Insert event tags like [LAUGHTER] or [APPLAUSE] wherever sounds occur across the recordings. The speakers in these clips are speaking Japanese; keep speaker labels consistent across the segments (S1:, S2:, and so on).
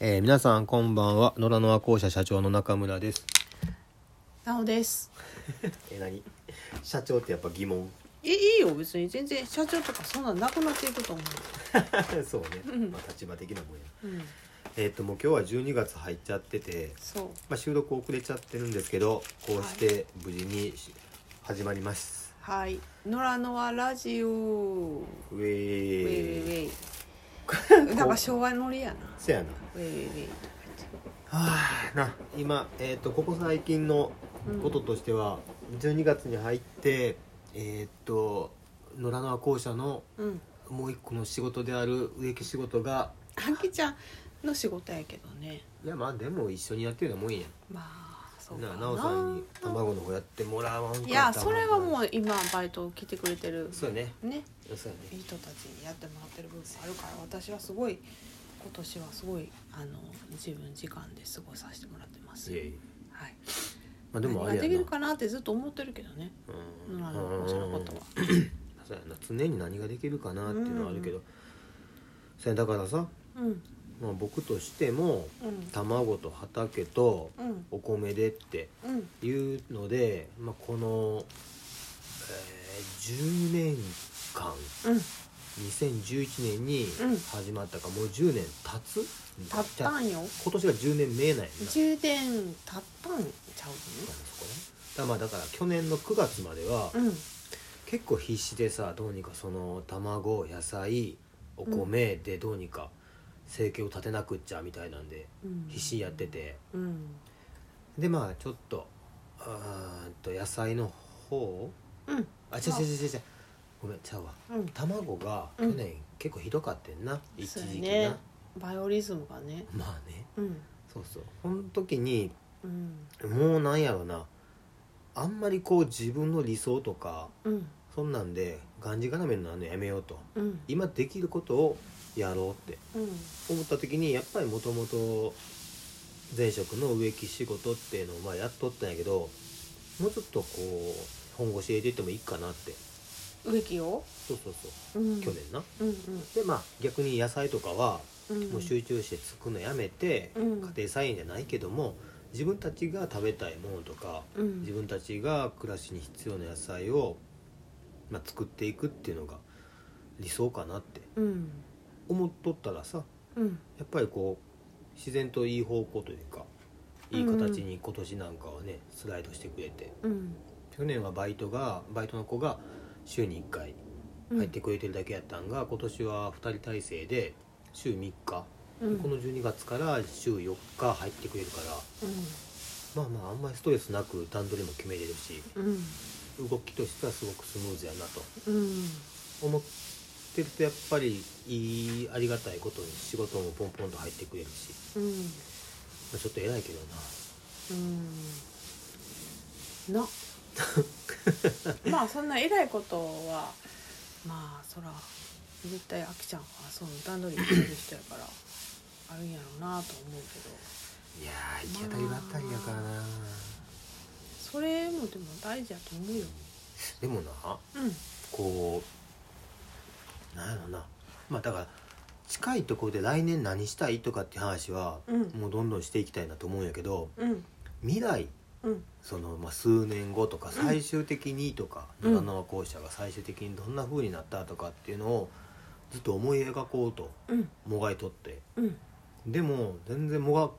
S1: えー皆さんこんばんは野良の和光社社長の中村です
S2: なおです
S1: え何社長ってやっぱ疑問 [LAUGHS]
S2: えいいよ別に全然社長とかそんなんなくなっていくと思
S1: そうね
S2: うん
S1: まあ立場的なもんや
S2: う、うん、
S1: えーっともう今日は12月入っちゃってて、
S2: そう
S1: まあ、収録遅れちゃってるんですけどこうして無事にし始まります
S2: はい「野良のはラジオ」
S1: ウェ
S2: ウェイ
S1: ー
S2: ウ
S1: イ
S2: ェイウェ
S1: [LAUGHS]
S2: イなんか昭和乗りやな
S1: せやな
S2: ウェイウェイウェイ
S1: はあな今、えー、とここ最近のこととしては、12月に入ってえーっと野良川校舎の
S2: うん
S1: もう一個の仕事である植木仕事が
S2: あきちゃんの仕事やけどね
S1: いやまあでも一緒にやってるのもいいや
S2: まあそうんか
S1: な
S2: な
S1: なおさんに卵の方やってもらわんかった
S2: いやそれはも
S1: う
S2: う今バイト来てくれてる
S1: そうやね
S2: ね
S1: そうや
S2: い
S1: ね
S2: い人たちにやってもらってる部分あるから私はすごい今年はすごいあの自分時間で過ごさせてもらってます
S1: いえいえ
S2: はい
S1: まあでもあれ
S2: 何
S1: や
S2: がで
S1: な
S2: きるかなってずっと思ってるけどね
S1: うん
S2: 野良の校舎のことは
S1: そうやな常に何ができるかなっていうのはあるけど、
S2: う
S1: それだからさ、
S2: うん
S1: まあ、僕としても
S2: うん
S1: 卵と畑と
S2: うん
S1: お米でって
S2: うん
S1: いうので、まあ、この、えー10年間
S2: うん
S1: 2011年に
S2: うん
S1: 始まったか、もう10年経つ
S2: たったんよ
S1: 今年が10年目なんやなそこね
S2: 充電たったんちゃ
S1: だからまあだから去年の9月までは
S2: うのうん
S1: 結構必死でさどうにかその卵野菜お米でどうにか生計を立てなくっちゃみたいなんで
S2: うん
S1: 必死にやってて
S2: うん
S1: でまあちょっとあーっと野菜の方
S2: うん
S1: あ違う違う違う違うごめんちゃうわ
S2: うん
S1: 卵が去年結構ひどかってんな、一
S2: そうや
S1: 時期な、
S2: ねバイオリズムがね
S1: まあね
S2: うん
S1: そうそうこの時に
S2: うん
S1: もうなんやろなあんまりこう自分の理想とか
S2: うん
S1: そんなんでがんじがらめになるのやめようと
S2: うん
S1: 今できることをやろうって
S2: うん
S1: 思った時にやっぱりもともと前職の植木仕事っていうのをまあやっとったんやけどもうちょっとこう本腰入れていってもいいかなって
S2: 植木を
S1: そうそうそう
S2: うん
S1: 去年な、
S2: うん
S1: でまあ逆に野菜とかは
S2: うんうん
S1: もう集中して作るのやめて、
S2: うん
S1: 家庭菜園じゃないけども自分たちが食べたいものとか
S2: うん
S1: 自分たちが暮らしに必要な野菜を、まあ、作っていくっていうのが理想かなって
S2: うん
S1: 思っとったらさ
S2: うん
S1: やっぱりこう自然といい方向というかいい形に今年なんかはねスライドしてくれて
S2: うん
S1: 去年はバイトがバイトの子が週に1回
S2: うん
S1: 入ってくれてるだけやったんが今年は2人体制で週3日
S2: うん
S1: この12月から週4日入ってくれるからまあまああんまりストレスなく段取りも決めれるし
S2: うんうん
S1: 動きとしてはすごくスムーズやなと
S2: うん
S1: 思ってるとやっぱりいいありがたいことに仕事もポンポンと入ってくれるし、
S2: うん
S1: まあ、ちょっと偉いけどな
S2: うんなまあそんな偉いことはまあそら絶対あきちゃんはその段取りしてる人やからあるんやろうなと思うけど
S1: いやー行き当たりばったりやからな
S2: それもでも大事やと思うよ
S1: でもな
S2: うん
S1: こうなんやろなまあだから近いところで来年何したいとかって話は
S2: うん
S1: もうどんどんしていきたいなと思うんやけど
S2: うん
S1: 未来
S2: うん
S1: その、まあ、数年後とか最終的にとか
S2: うん
S1: 長野校舎が最終的にどんな風になったとかっていうのをずっと思い描こうと
S2: うん
S1: もがいとって
S2: うん
S1: でも全然もが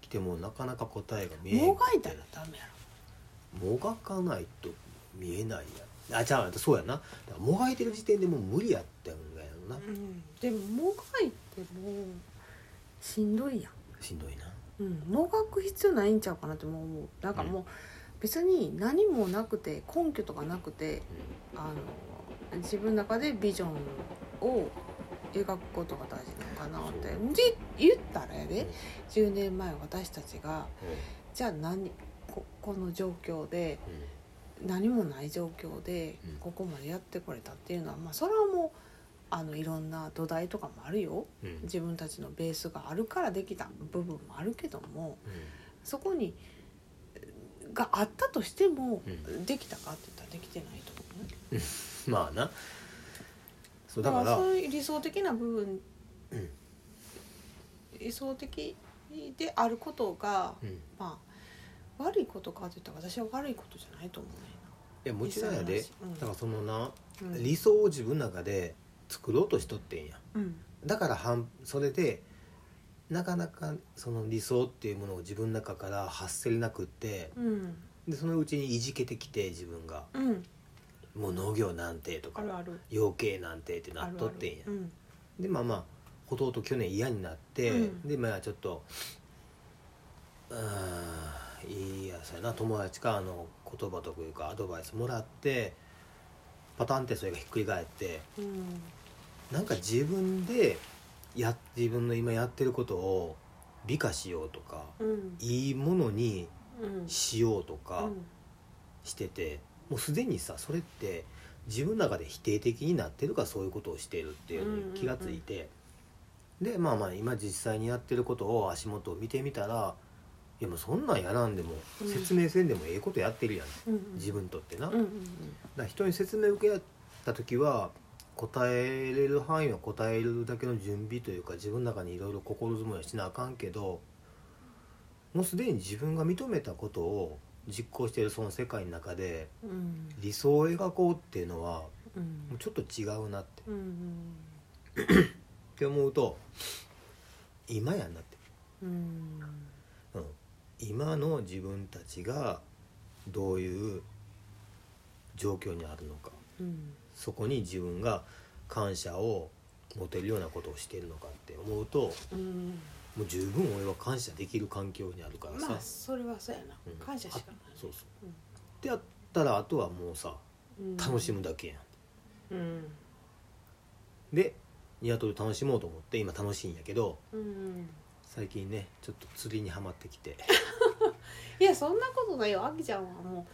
S1: きてもなかなか答えが見えん
S2: もがいたらダメや
S1: もがかないと見えないやんあじゃあそうやなだからもがいてる時点でもう無理やったんだよな
S2: ろ、うん、でももがいてもしんどいやん
S1: しんどいな
S2: うん、もがく必要ないんちゃうかなってもう思うなんかもう別に何もなくて根拠とかなくてあの自分の中でビジョンを描くことが大事なのかなってで言ったらやで10年前私たちがじゃあ何ここの状況で
S1: うんうん
S2: 何もない状況で
S1: うん
S2: ここまでやってこれたっていうのは、まあ、それはもうあのいろんな土台とかもあるよ
S1: うん
S2: 自分たちのベースがあるからできた部分もあるけども。そこにがあったとしても、
S1: う
S2: できたかって言ったらできてないと思うね
S1: うんまあなそう
S2: だ
S1: だ
S2: か
S1: からら
S2: そういう理想的な部分、
S1: うん
S2: 理想的であることが、
S1: うん、い
S2: まあ悪いことかって言ったら私は悪いことじゃないと思
S1: やもちろんやで、
S2: うん
S1: だからそのな、
S2: うねん
S1: 理想を自分の中で作ろうとしとってんや
S2: うん
S1: だから反それでなかなかその理想っていうものを自分の中から発せれなくって
S2: うん
S1: でそのうちにいじけてきて自分が
S2: うん
S1: 「もう農業なんて」と
S2: あ
S1: か
S2: るある
S1: 「養鶏なんて」ってな
S2: あ
S1: っ
S2: る
S1: とってんや
S2: あるうん
S1: でまあまあ弟去年嫌になって、
S2: うん
S1: でまあちょっとあーいいやそうやな友達からの言葉というかアドバイスもらってパタンってそれがひっくり返って
S2: うん
S1: なんか自分でや自分の今やってることを美化しようとか
S2: うん
S1: いいものに
S2: うん
S1: しようとか
S2: うん
S1: してて、もうすでにさそれって自分の中で否定的になってるからそういうことをしているっていうのに気がついて、でまあまあ今実際にやってることを足元を見てみたらいやもうそんなんやらんでも
S2: うん
S1: 説明せんでもええことやってるやん、
S2: うん
S1: 自分にとってな。
S2: うんうん
S1: だから人に説明受けた時は答えれる範囲は答えるだけの準備というか自分の中にいろいろ心づもりはしなあかんけどもうすでに自分が認めたことを実行しているその世界の中で
S2: うんうん
S1: 理想を描こうっていうのはも
S2: うん
S1: うちょっと違うなってっ
S2: うん
S1: て思うと今やんなって、
S2: うんうん
S1: うん、今の自分たちがどういう状況にあるのか
S2: うん
S1: そこに自分が感謝を持てるようなことをしているのかって思うと
S2: うん
S1: もう十分俺は感謝できる環境にあるからさ、
S2: まあそれはそうやな
S1: うん
S2: 感謝しかない
S1: あそうそう、
S2: うん
S1: ってやったらあとはもうさ
S2: うん
S1: 楽しむだけやん、
S2: うん
S1: でニワトリ楽しもうと思って今楽しいんやけど
S2: うん
S1: 最近ねちょっと釣りにはまってきて
S2: いやそんなことないよあきちゃんはも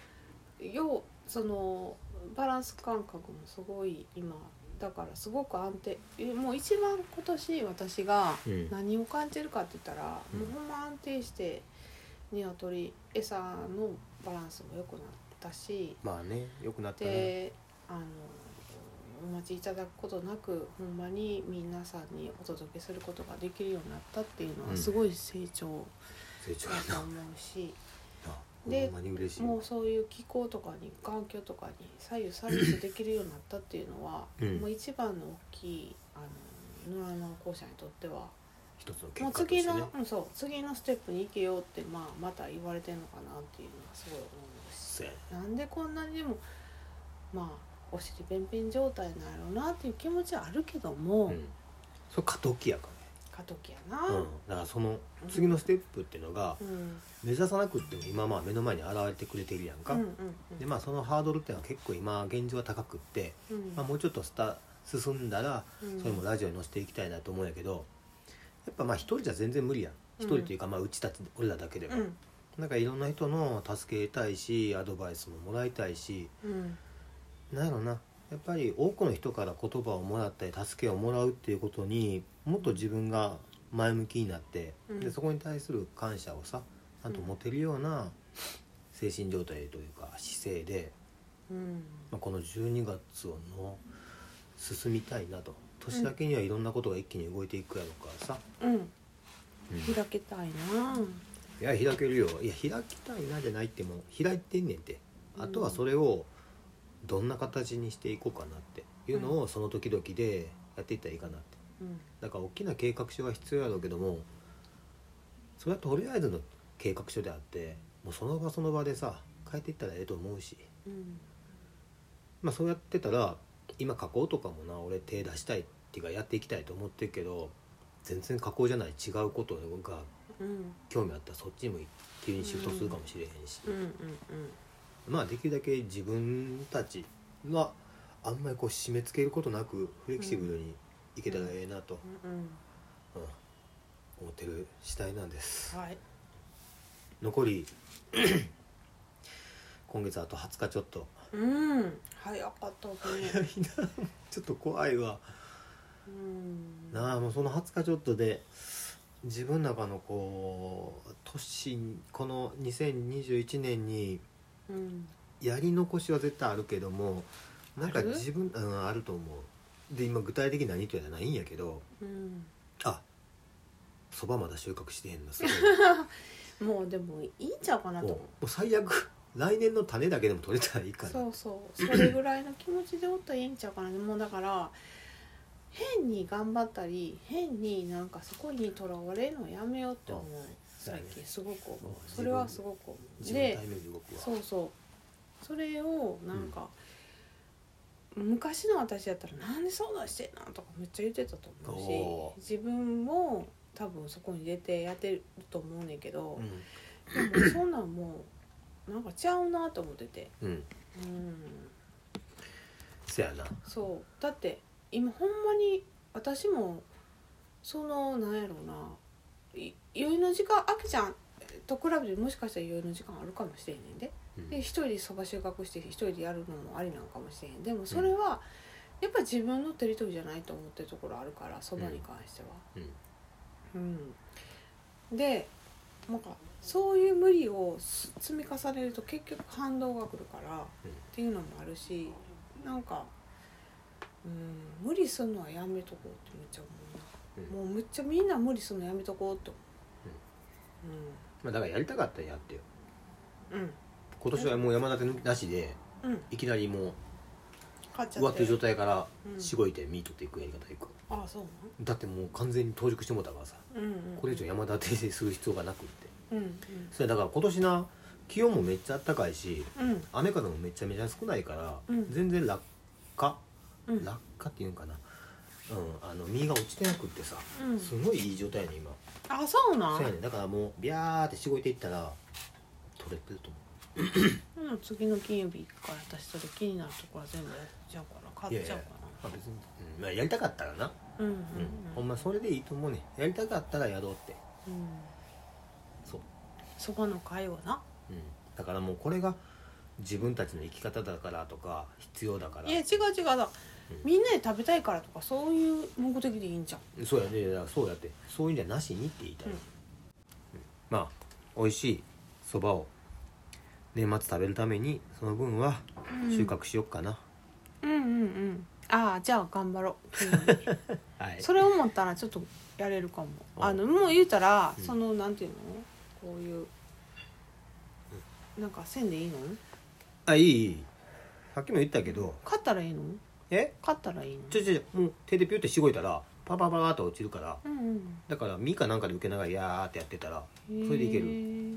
S2: うようそのバランス感覚もすごい今だからすごく安定えもう一番今年私が
S1: うん
S2: 何を感じるかって言ったら、
S1: うん
S2: もうほんま安定してニワトリ餌のバランスも良くなったし
S1: [LAUGHS] まあねよくなったな
S2: であのお待ちいただくことなくほんまに皆さんにお届けすることができるようになったっていうの
S1: うん
S2: はすごい成長
S1: 成長
S2: だ
S1: や
S2: と
S1: な
S2: 思うし。
S1: [LAUGHS] あ
S2: で
S1: ほんまに嬉しい
S2: もうそういう気候とかに環境とかに左右されずできるようになったっていうのは、
S1: うん
S2: もう一番の大きいあの野良農耕者にとっては、
S1: 一つの
S2: も
S1: 結
S2: う
S1: 果とし
S2: 次
S1: てね
S2: の、うん、そう次のステップに行けようって、まあ、また言われてるのかなっていうのはすごい思うし
S1: そうやね
S2: なんでこんなにでもまあお尻便便状態なんやろうなっていう気持ちはあるけども、
S1: うん、それ過渡期やからね
S2: 過渡期やな。
S1: うん、だからその次のステップっていうのが
S2: うん
S1: 目指さなくっても今まあ目の前に現れてくれているやんか、
S2: うんうんうん
S1: でまあそのハードルっていうのは結構今現状は高くって、
S2: うん
S1: まあ、もうちょっとスタ進んだら
S2: うん
S1: それもラジオに載せていきたいなと思うんやけどやっぱまあ一人じゃ全然無理やん
S2: う
S1: 一
S2: ん
S1: 人というかまあうちたち俺らだけでも、
S2: うん
S1: なんかいろんな人の助けたいしアドバイスももらいたいし
S2: うん
S1: なんやろなやっぱり多くの人から言葉をもらったり助けをもらうっていうことにもっと自分が前向きになって、
S2: うん
S1: でそこに対する感謝をさちゃんと持てるような精神状態というか姿勢で、
S2: うん
S1: まあ、この12月をの進みたいなと年明けにはいろんなことが一気に動いていくやろうからさ、
S2: うん
S1: い
S2: 開けたいな
S1: や開けるよいや開きたいなじゃないってもう開いてんねんてあとはそれをどんな形にしていこうかなっていうのをその時々でやっていったらいいかなって
S2: うん
S1: だから大きな計画書は必要やろうけどもそれはとりあえずの計画書であってもうその場その場でさ変えていったらええと思うし
S2: うん
S1: まあそうやってたら今加工とかもな俺手出したいっていうかやっていきたいと思ってるけど全然加工じゃない違うことが
S2: うん
S1: 興味あったらそっちにも急にシフトするかもしれへんし、
S2: うんうん
S1: まあできるだけ自分たちはあんまりこう締め付けることなくフレキシブルにいけたらええなと、
S2: うんうん
S1: うん、思ってる次第なんです
S2: はい
S1: 残り [COUGHS] 今月あと20日ちょっと
S2: うん早かったね
S1: [LAUGHS] 早いなちょっと怖いわ
S2: うん
S1: なあもうその20日ちょっとで自分の中のこう年この2021年に
S2: うん
S1: やり残しは絶対あるけどもなんか
S2: ある
S1: 自分あ,、うん、あると思うで今具体的に何とやらないんやけど
S2: うん
S1: あそばまだ収穫してへんのすごい
S2: [LAUGHS] もうでもいいんちゃうかな
S1: もう
S2: と
S1: もう最悪来年の種だけでも取れたらいいか
S2: そ
S1: な
S2: うそうそれぐらいの気持ちでおったらいいんちゃうかなもうだから変に頑張ったり変になんかそこにとらわれるのやめようって思う
S1: そう
S2: 最
S1: やね
S2: 近すごく思
S1: もう
S2: う
S1: 自分
S2: それはすごく思う
S1: 自分の
S2: で
S1: タイミングで動くわ
S2: そうそうそれをなんか、昔の私やったら「なんでそんなんしてんの?」とかめっちゃ言ってたと思
S1: お
S2: うし自分も多分そこに出てやってると思うねんけど
S1: う、ん
S2: でもそんなんもうなんかちゃうなと思ってて
S1: うん
S2: うん。
S1: せやな
S2: そうだって今ほんまに私もそのなんやろうない余裕の時間あきちゃんと比べてもしかしたら余裕の時間あるかもしれへんねんで
S1: うん
S2: で一人でそば収穫して一人でやるのもありなのかもしれへんでもそれはやっぱ自分のテリトリーじゃないと思ってるところあるからそばに関しては。
S1: うん
S2: うん、でなんかそういう無理をす積み重ねると結局反動が来るから、
S1: うん
S2: っていうのもあるしなんか、うん、無理するのはやめとこうってめっちゃ
S1: うん
S2: 思うな、もうめっちゃみんな無理するのやめとこうって
S1: まあだからやりたかったらやってよ
S2: 思ううん
S1: 今年はもう山立てなしで
S2: うんうん
S1: いきなりもう
S2: 買っち
S1: 終
S2: ゃ
S1: わ
S2: っ
S1: ってる
S2: て
S1: 状態から
S2: うん
S1: しごいてミートっていくやり方いく
S2: あそう
S1: だってもう完全に到熟してもうたからさ
S2: なんうんうん
S1: これ以上山立てする必要がなくって
S2: うんうん
S1: それだから今年な気温もめっちゃあったかいし
S2: うん
S1: 雨風もめちゃめちゃ少ないから、
S2: うん
S1: 全然落下
S2: うん
S1: 落下っていうんかなうんあの実が落ちてなくってさ
S2: うん
S1: すごいいい状態やね今
S2: あそうな
S1: そ
S2: ん
S1: うやねだからもうビャーってしごいていったら取れてると思
S2: うん次の金曜日から私それ気になるところは全部やっちゃうから
S1: うい
S2: 買
S1: や
S2: っ
S1: い
S2: ちゃ
S1: や
S2: うかな
S1: まあ別に、うんまあ、やりたかったらな、
S2: うんうん
S1: うんほんまそれでいいと思うねやりたかったらやろうって
S2: うんうん
S1: そう
S2: そばの会をな
S1: うん、だからもうこれが自分たちの生き方だからとか必要だから
S2: いや違う違うだみんなで食べたいからとかそういう目的でいいんじゃん
S1: そうやねだからそうやってそういうんじゃなしにって言いたい、
S2: うん
S1: うんまあ美味しいそばを年末食べるためにその分は収穫しよっかな、
S2: うんうんうんああじゃあ頑張ろう金曜
S1: [LAUGHS]
S2: 日
S1: はい
S2: それ思ったらちょっとやれるかも
S1: あ
S2: あのもう言うたら、
S1: うん
S2: そのなんていうのこういうなんか線でいいの
S1: あいいいいさっきも言ったけど
S2: 買ったらいいの
S1: え
S2: 買ったらいいの
S1: ちょちょちょもう手でピュってしごいたらパパパパーっと落ちるから
S2: うん
S1: だから実かなんかで受けながらやーってやってたら
S2: うん
S1: それでいける
S2: へー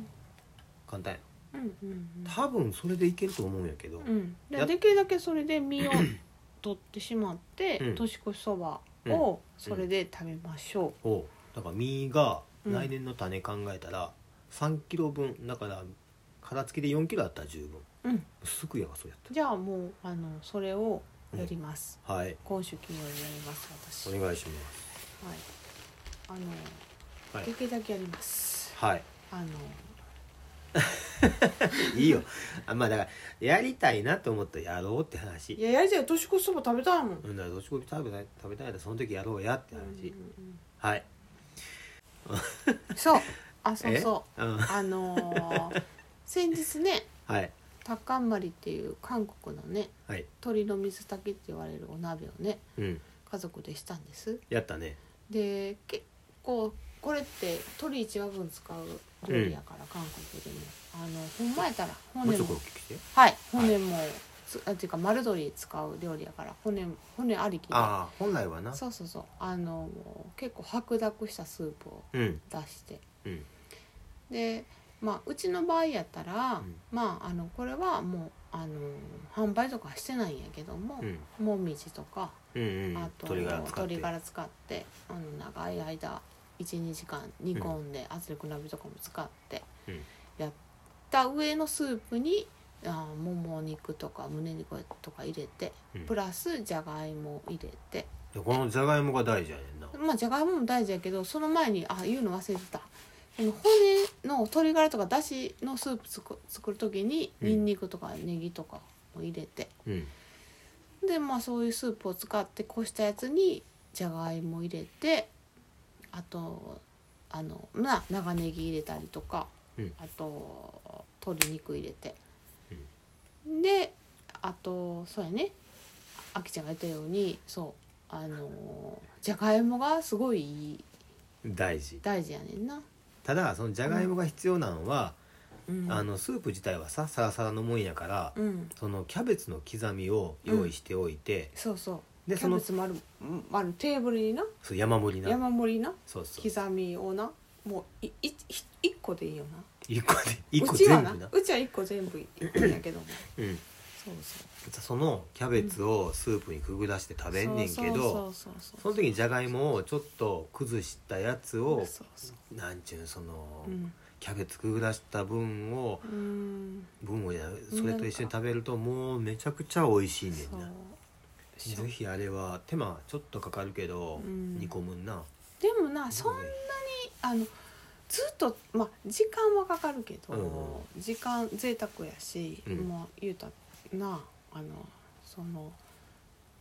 S1: 簡単や
S2: うんうん
S1: 多分それでいけると思うんやけど、
S2: うんうんで
S1: やっ
S2: できるだけそれで身を取ってしまって、
S1: うん
S2: 年越しそばをそれで食べましょ
S1: おだから実が来年の種考えたら3キロ分だから殻付きで4キロあったら十分
S2: う、うん
S1: すぐやがそうやっ
S2: じゃあもうあのそれをやります、
S1: たはい
S2: 今週金曜日やります私、
S1: お
S2: はい、
S1: 願いします
S2: あの、
S1: はい
S2: できるだけやります
S1: はい
S2: あの
S1: いいよ [LAUGHS] あまあだからやりたいなと思ったらやろうって話
S2: いややりたいよ年越しそば食べたいもん、
S1: うんだからどっちこい食べたい食べたいならその時やろうやって
S2: うん
S1: 話
S2: うん
S1: はい
S2: うんそうあそう
S1: え、
S2: そう
S1: ん、
S2: うあ
S1: [LAUGHS]
S2: のー先日ね
S1: はい
S2: タッカンマリっていう韓国のね
S1: はい
S2: 鶏の水炊きって言われるお鍋をね
S1: うん
S2: 家族でしたんです
S1: やったね
S2: で結構これって鶏1話分使う料理やから、韓国でもあのほんまやったら
S1: もう
S2: 骨
S1: ちょっ
S2: も
S1: と聞いて
S2: はい骨も、つあっていうか丸鶏使う料理やから骨骨ありきで
S1: ああ本来はな
S2: そうそうそうあの結構白濁したスープを
S1: うん
S2: 出して
S1: うん
S2: でまあうちの場合やったら、
S1: うん
S2: まああのこれはもうあの販売とかはしてないんやけども
S1: う、ん
S2: もみじとか
S1: うんうん
S2: あと
S1: 鶏ガラ使って
S2: 鶏ガラ使ってあの長い間12時間煮込んで圧力鍋とかも使って
S1: うん
S2: やった上のスープにあーもも肉とか胸肉とか入れて
S1: うん
S2: プラスじゃがいも入れて
S1: いやこのじゃがいもが大事やねんな
S2: まあじゃがいもも大事やけどその前にあ言うの忘れてたこの骨の鶏ガラとかだしのスープ作作る時に
S1: うん
S2: にんにくとかネギとかも入れて
S1: うん
S2: でまあそういうスープを使ってこしたやつにじゃがいも入れてあとあのまあ長ネギ入れたりとか、
S1: うん
S2: あと鶏肉入れて、
S1: う
S2: であとそうやねあきちゃんが言ったようにそうあのじゃがいもがすごいいい
S1: 大事
S2: 大事やねんな、
S1: ただそのじゃがいもが必要なのは、
S2: うん、
S1: あのスープ自体はさサラサラのもんやから、
S2: うん
S1: そのキャベツの刻みを用意しておいて、
S2: そうそう
S1: で
S2: キ
S1: そ
S2: ャ
S1: の
S2: ベツ丸うんあのテーブルにな
S1: そう山盛りな
S2: 山盛りな
S1: そうそう
S2: 刻みをなもういいひ一個でいいよな
S1: 一個で一個
S2: うちは
S1: 全
S2: な
S1: 部な
S2: うちは一個全部いいんやけども
S1: うん、
S2: そうそう
S1: そのキャベツをスープにくぐらして食べんねんけど、
S2: そうそう
S1: そ
S2: そうそう
S1: の時にじゃがいもをちょっと崩したやつを
S2: そうそう
S1: なんちゅうんその、
S2: うん
S1: キャベツくぐらした分を
S2: うん
S1: 分をじゃないそれと一緒に食べるともうめちゃくちゃ美味しいね
S2: そ
S1: んな
S2: う
S1: ぜひあれは手間ちょっとかかるけど、
S2: うん
S1: 煮込むんな
S2: でもなそんあのずっとまあ時間はかかるけど、
S1: う
S2: 時間贅沢やし、
S1: うん
S2: もう言うたらなあのその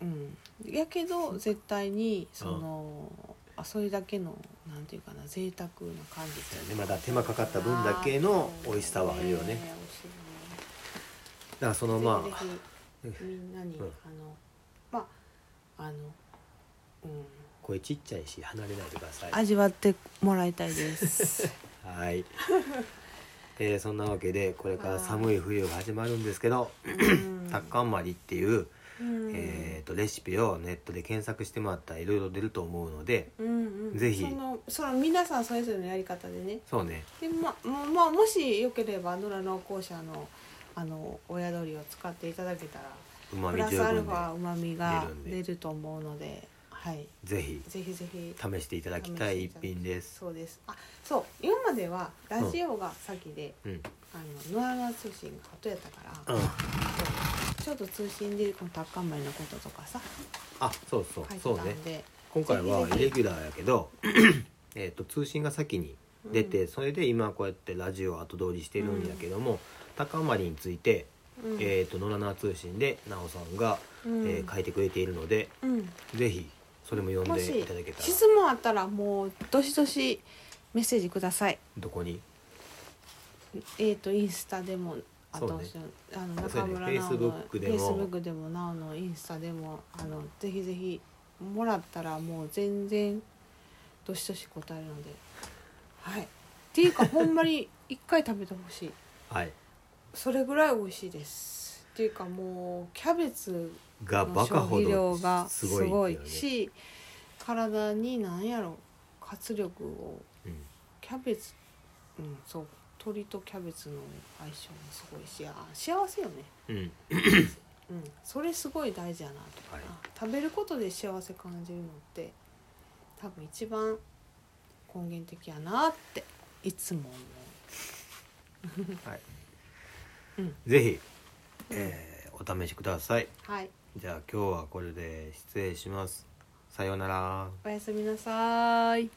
S2: うんやけど絶対にその、あそれだけのなんていうかな贅沢な感じっていうの
S1: ま
S2: は
S1: だ手間かかった分だけの美味しさはあるよね
S2: そう
S1: だからそ
S2: 美
S1: の
S2: 味しいよね
S1: まあ
S2: ぜひぜひみんなに、
S1: うん
S2: あのまああのうん
S1: 声ちっちゃいし離れないでください
S2: 味わってもらいたいです。
S1: [LAUGHS]
S2: [LAUGHS]
S1: はい、えーそんなわけでこれから寒い冬が始まるんですけど「タッカンマリ」っていう、
S2: うん
S1: えー、とレシピをネットで検索してもらったらいろいろ出ると思うので
S2: うんうん
S1: ぜひ
S2: そのその皆さんそれぞれのやり方でね
S1: そうね
S2: でまもうまあもしよければ野良農耕者のあの親鳥を使っていただけたら
S1: うま
S2: プ
S1: み
S2: ラ
S1: 十
S2: スアル
S1: 分
S2: ファうまみが
S1: 出るんで
S2: 出ると思うので、はい、
S1: でぜひ
S2: ぜひぜひ
S1: 試していただきたい一品です。
S2: そうですあそう今まではラジオが先で、
S1: うん、
S2: あの野良通信が後やったから、
S1: うん
S2: ちょっと通信でこのタッカンマリのこととかさ
S1: あそうそう
S2: 書いて
S1: そう
S2: た
S1: ね
S2: んで、
S1: 今回は
S2: ぜひぜひ
S1: イレギュラーやけど
S2: [LAUGHS]
S1: えーと通信が先に出て、それで今こうやってラジオを後通りしてるんやけども、高まりについて、
S2: うん、
S1: えー、と野良な通信で奈緒さんが、
S2: うん
S1: えー書いてくれているので
S2: うん
S1: ぜひそれも読ん
S2: も
S1: でい
S2: した
S1: だけたら
S2: 質問あったらもうどしどしメッセージください。
S1: どこに
S2: えっ、とインスタでもあ
S1: そう
S2: と、
S1: ね
S2: あの
S1: そう
S2: 中
S1: ね
S2: 村直の
S1: Facebook でも
S2: Facebook でもなおのインスタでもあのぜひぜひもらったらもう全然どしどし答えるので。はい。っていうかほんまに一回食べてほしい。
S1: はい
S2: それぐらい美味しいです。っていうかもうキャベツ
S1: が
S2: の
S1: バカ
S2: 消
S1: ほ
S2: 費量
S1: ど
S2: が
S1: す
S2: す
S1: ごい
S2: ごい
S1: よね
S2: し体に何やろ活力を
S1: うん
S2: キャベツうんそう鶏とキャベツの相性もすごいしあ幸せよね、
S1: うん
S2: うん、それすごい大事やなと、
S1: はい
S2: 食べることで幸せ感じるのって多分一番根源的やなっていつも思
S1: はい
S2: うん
S1: ぜひ、えーお試しくださいう
S2: はい
S1: じゃあ今日はこれで失礼しますさようなら
S2: おやすみなさーい